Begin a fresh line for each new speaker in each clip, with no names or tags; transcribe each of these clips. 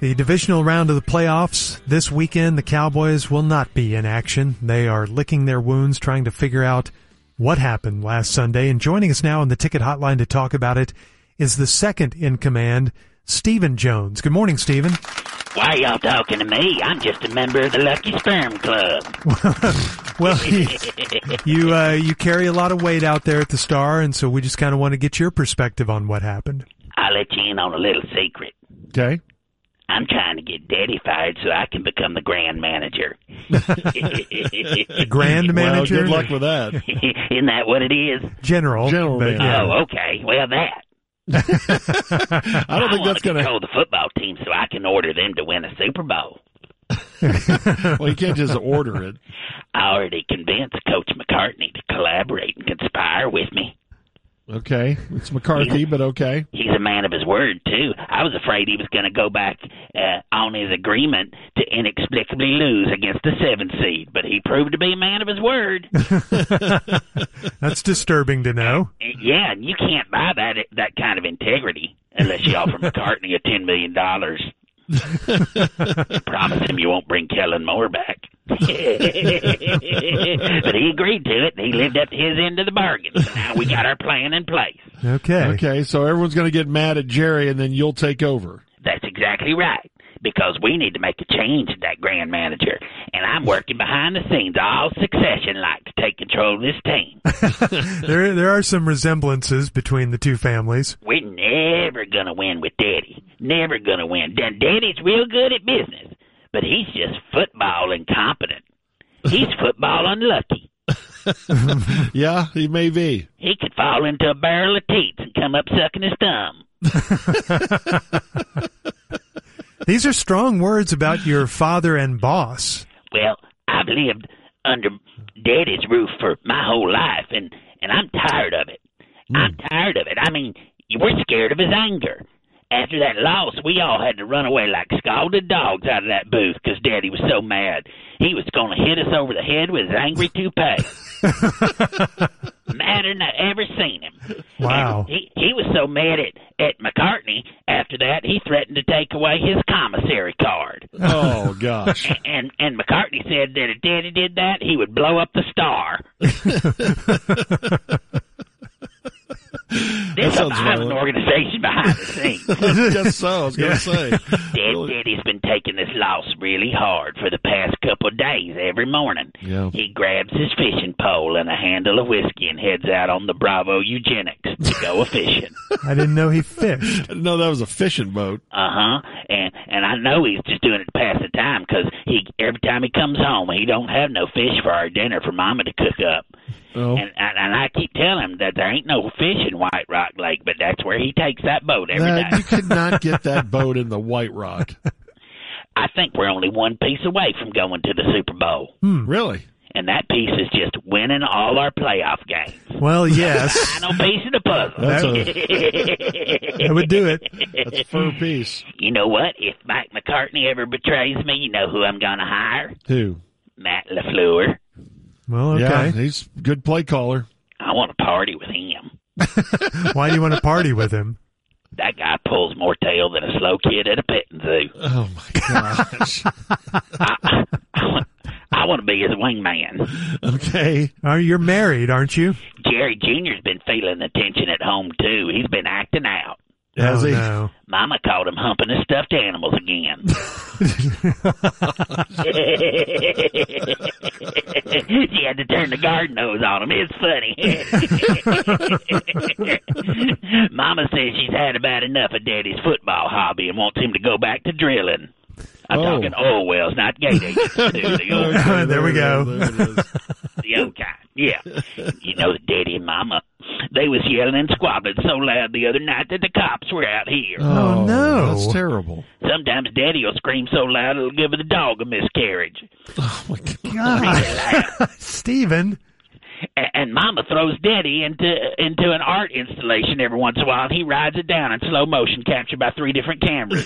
The divisional round of the playoffs this weekend, the Cowboys will not be in action. They are licking their wounds trying to figure out what happened last Sunday. And joining us now on the ticket hotline to talk about it is the second in command, Stephen Jones. Good morning, Stephen.
Why y'all talking to me? I'm just a member of the Lucky Sperm Club.
Well, you you, uh, you carry a lot of weight out there at the Star, and so we just kind of want to get your perspective on what happened.
I'll let you in on a little secret.
Okay.
I'm trying to get Daddy fired so I can become the grand manager.
The grand manager,
Well, good luck with that.
Isn't that what it is?
general,
General
but,
manager.
yeah.
Oh, okay. Well, that.
I don't think
wanna
that's going to.
control the football team so I can order them to win a Super Bowl.
Well, you can't just order it.
I already convinced Coach McCartney to collaborate and conspire with me.
Okay, it's McCarthy, but okay.
He's a man of his word, too. I was afraid he was going to go back uh, on his agreement to inexplicably lose against the seven seed, but he proved to be a man of his word.
That's disturbing to know.
yeah, and you can't buy that that kind of integrity unless you offer McCartney a ten million dollars. Promise him you won't bring Kellen Moore back. but he agreed to it, and he lived up to his end of the bargain. So now we got our plan in place.
Okay,
Okay, so everyone's going to get mad at Jerry, and then you'll take over.
That's exactly right. Because we need to make a change at that grand manager. And I'm working behind the scenes all succession like to take control of this team.
there there are some resemblances between the two families.
We're never going to win with Daddy. Never going to win. Dan- Daddy's real good at business, but he's just football incompetent. He's football unlucky.
Yeah, he may be.
He could fall into a barrel of teats and come up sucking his thumb.
These are strong words about your father and boss.
Well, I've lived under Daddy's roof for my whole life, and and I'm tired of it. I'm tired of it. I mean, you we're scared of his anger. After that loss, we all had to run away like scalded dogs out of that booth because Daddy was so mad. He was going to hit us over the head with his angry toupee. Madder than I ever seen him.
Wow.
And he, he was so mad at, at McCartney after that, he threatened to take away his commissary card
Oh gosh.
and and McCartney said that if Daddy did that, he would blow up the star. There's a
sounds
violent
violent.
organization behind the scenes.
I guess so. I was going to say.
Dad, Daddy's been taking this loss really hard for the past couple of days. Every morning,
Yeah.
he grabs his fishing pole and a handle of whiskey and heads out on the Bravo Eugenics to go a fishing.
I didn't know he fished.
No, that was a fishing boat.
Uh huh. And and I know he's just doing it to pass the time 'cause he every time he comes home he don't have no fish for our dinner for Mama to cook up.
Oh,
And, and and I keep telling him that there ain't no fish in White Rock Lake, but that's where he takes that boat every day.
That- you could not get that boat in the White Rock.
I think we're only one piece away from going to the Super Bowl,
Really?
and that piece is just winning all our playoff games.
Well, yes,
Final piece of the puzzle.
That's a
that would do it.
that's a fur piece.
you know what? If Mike McCartney ever betrays me, you know who I'm gonna hire?
Who?
Matt Lafleur.
Well, okay.
Yeah, he's a good play caller.
I want to party with him.
Why do you want to party with him?
That guy pulls more tail than a slow kid at a petting zoo.
Oh my gosh.
I, I, want- I want to be his wingman.
okay.
Are Oh, you're married, aren't you?
Jerry Jr.'s been feeling the tension at home, too. He's been acting out.
Has
oh,
he?
No.
Mama called him humping his stuffed animals again. she had to turn the garden hose on him. It's funny. Mama says she's had about enough of Daddy's football hobby and wants him to go back to drilling. I'm
Oh.
talking oil wells, not gate agents, too. The old,
There we go.
the old kind. Yeah. You know, Daddy and Mama, they was yelling and squabbling so loud the other night that the cops were out here.
Oh, no.
That's terrible.
Sometimes Daddy will scream so loud it'll give the dog a miscarriage.
Oh my God.
God. Stephen.
A- And Mama throws Daddy into into an art installation every once in a while. And he rides it down in slow motion, captured by three different cameras.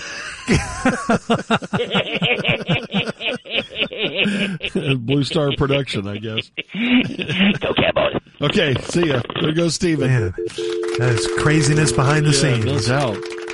Blue Star Production, I guess.
Go Cowboys!
Okay, see ya. There goes Steven.
Man, that is craziness behind the
Yeah,
scenes.
no doubt.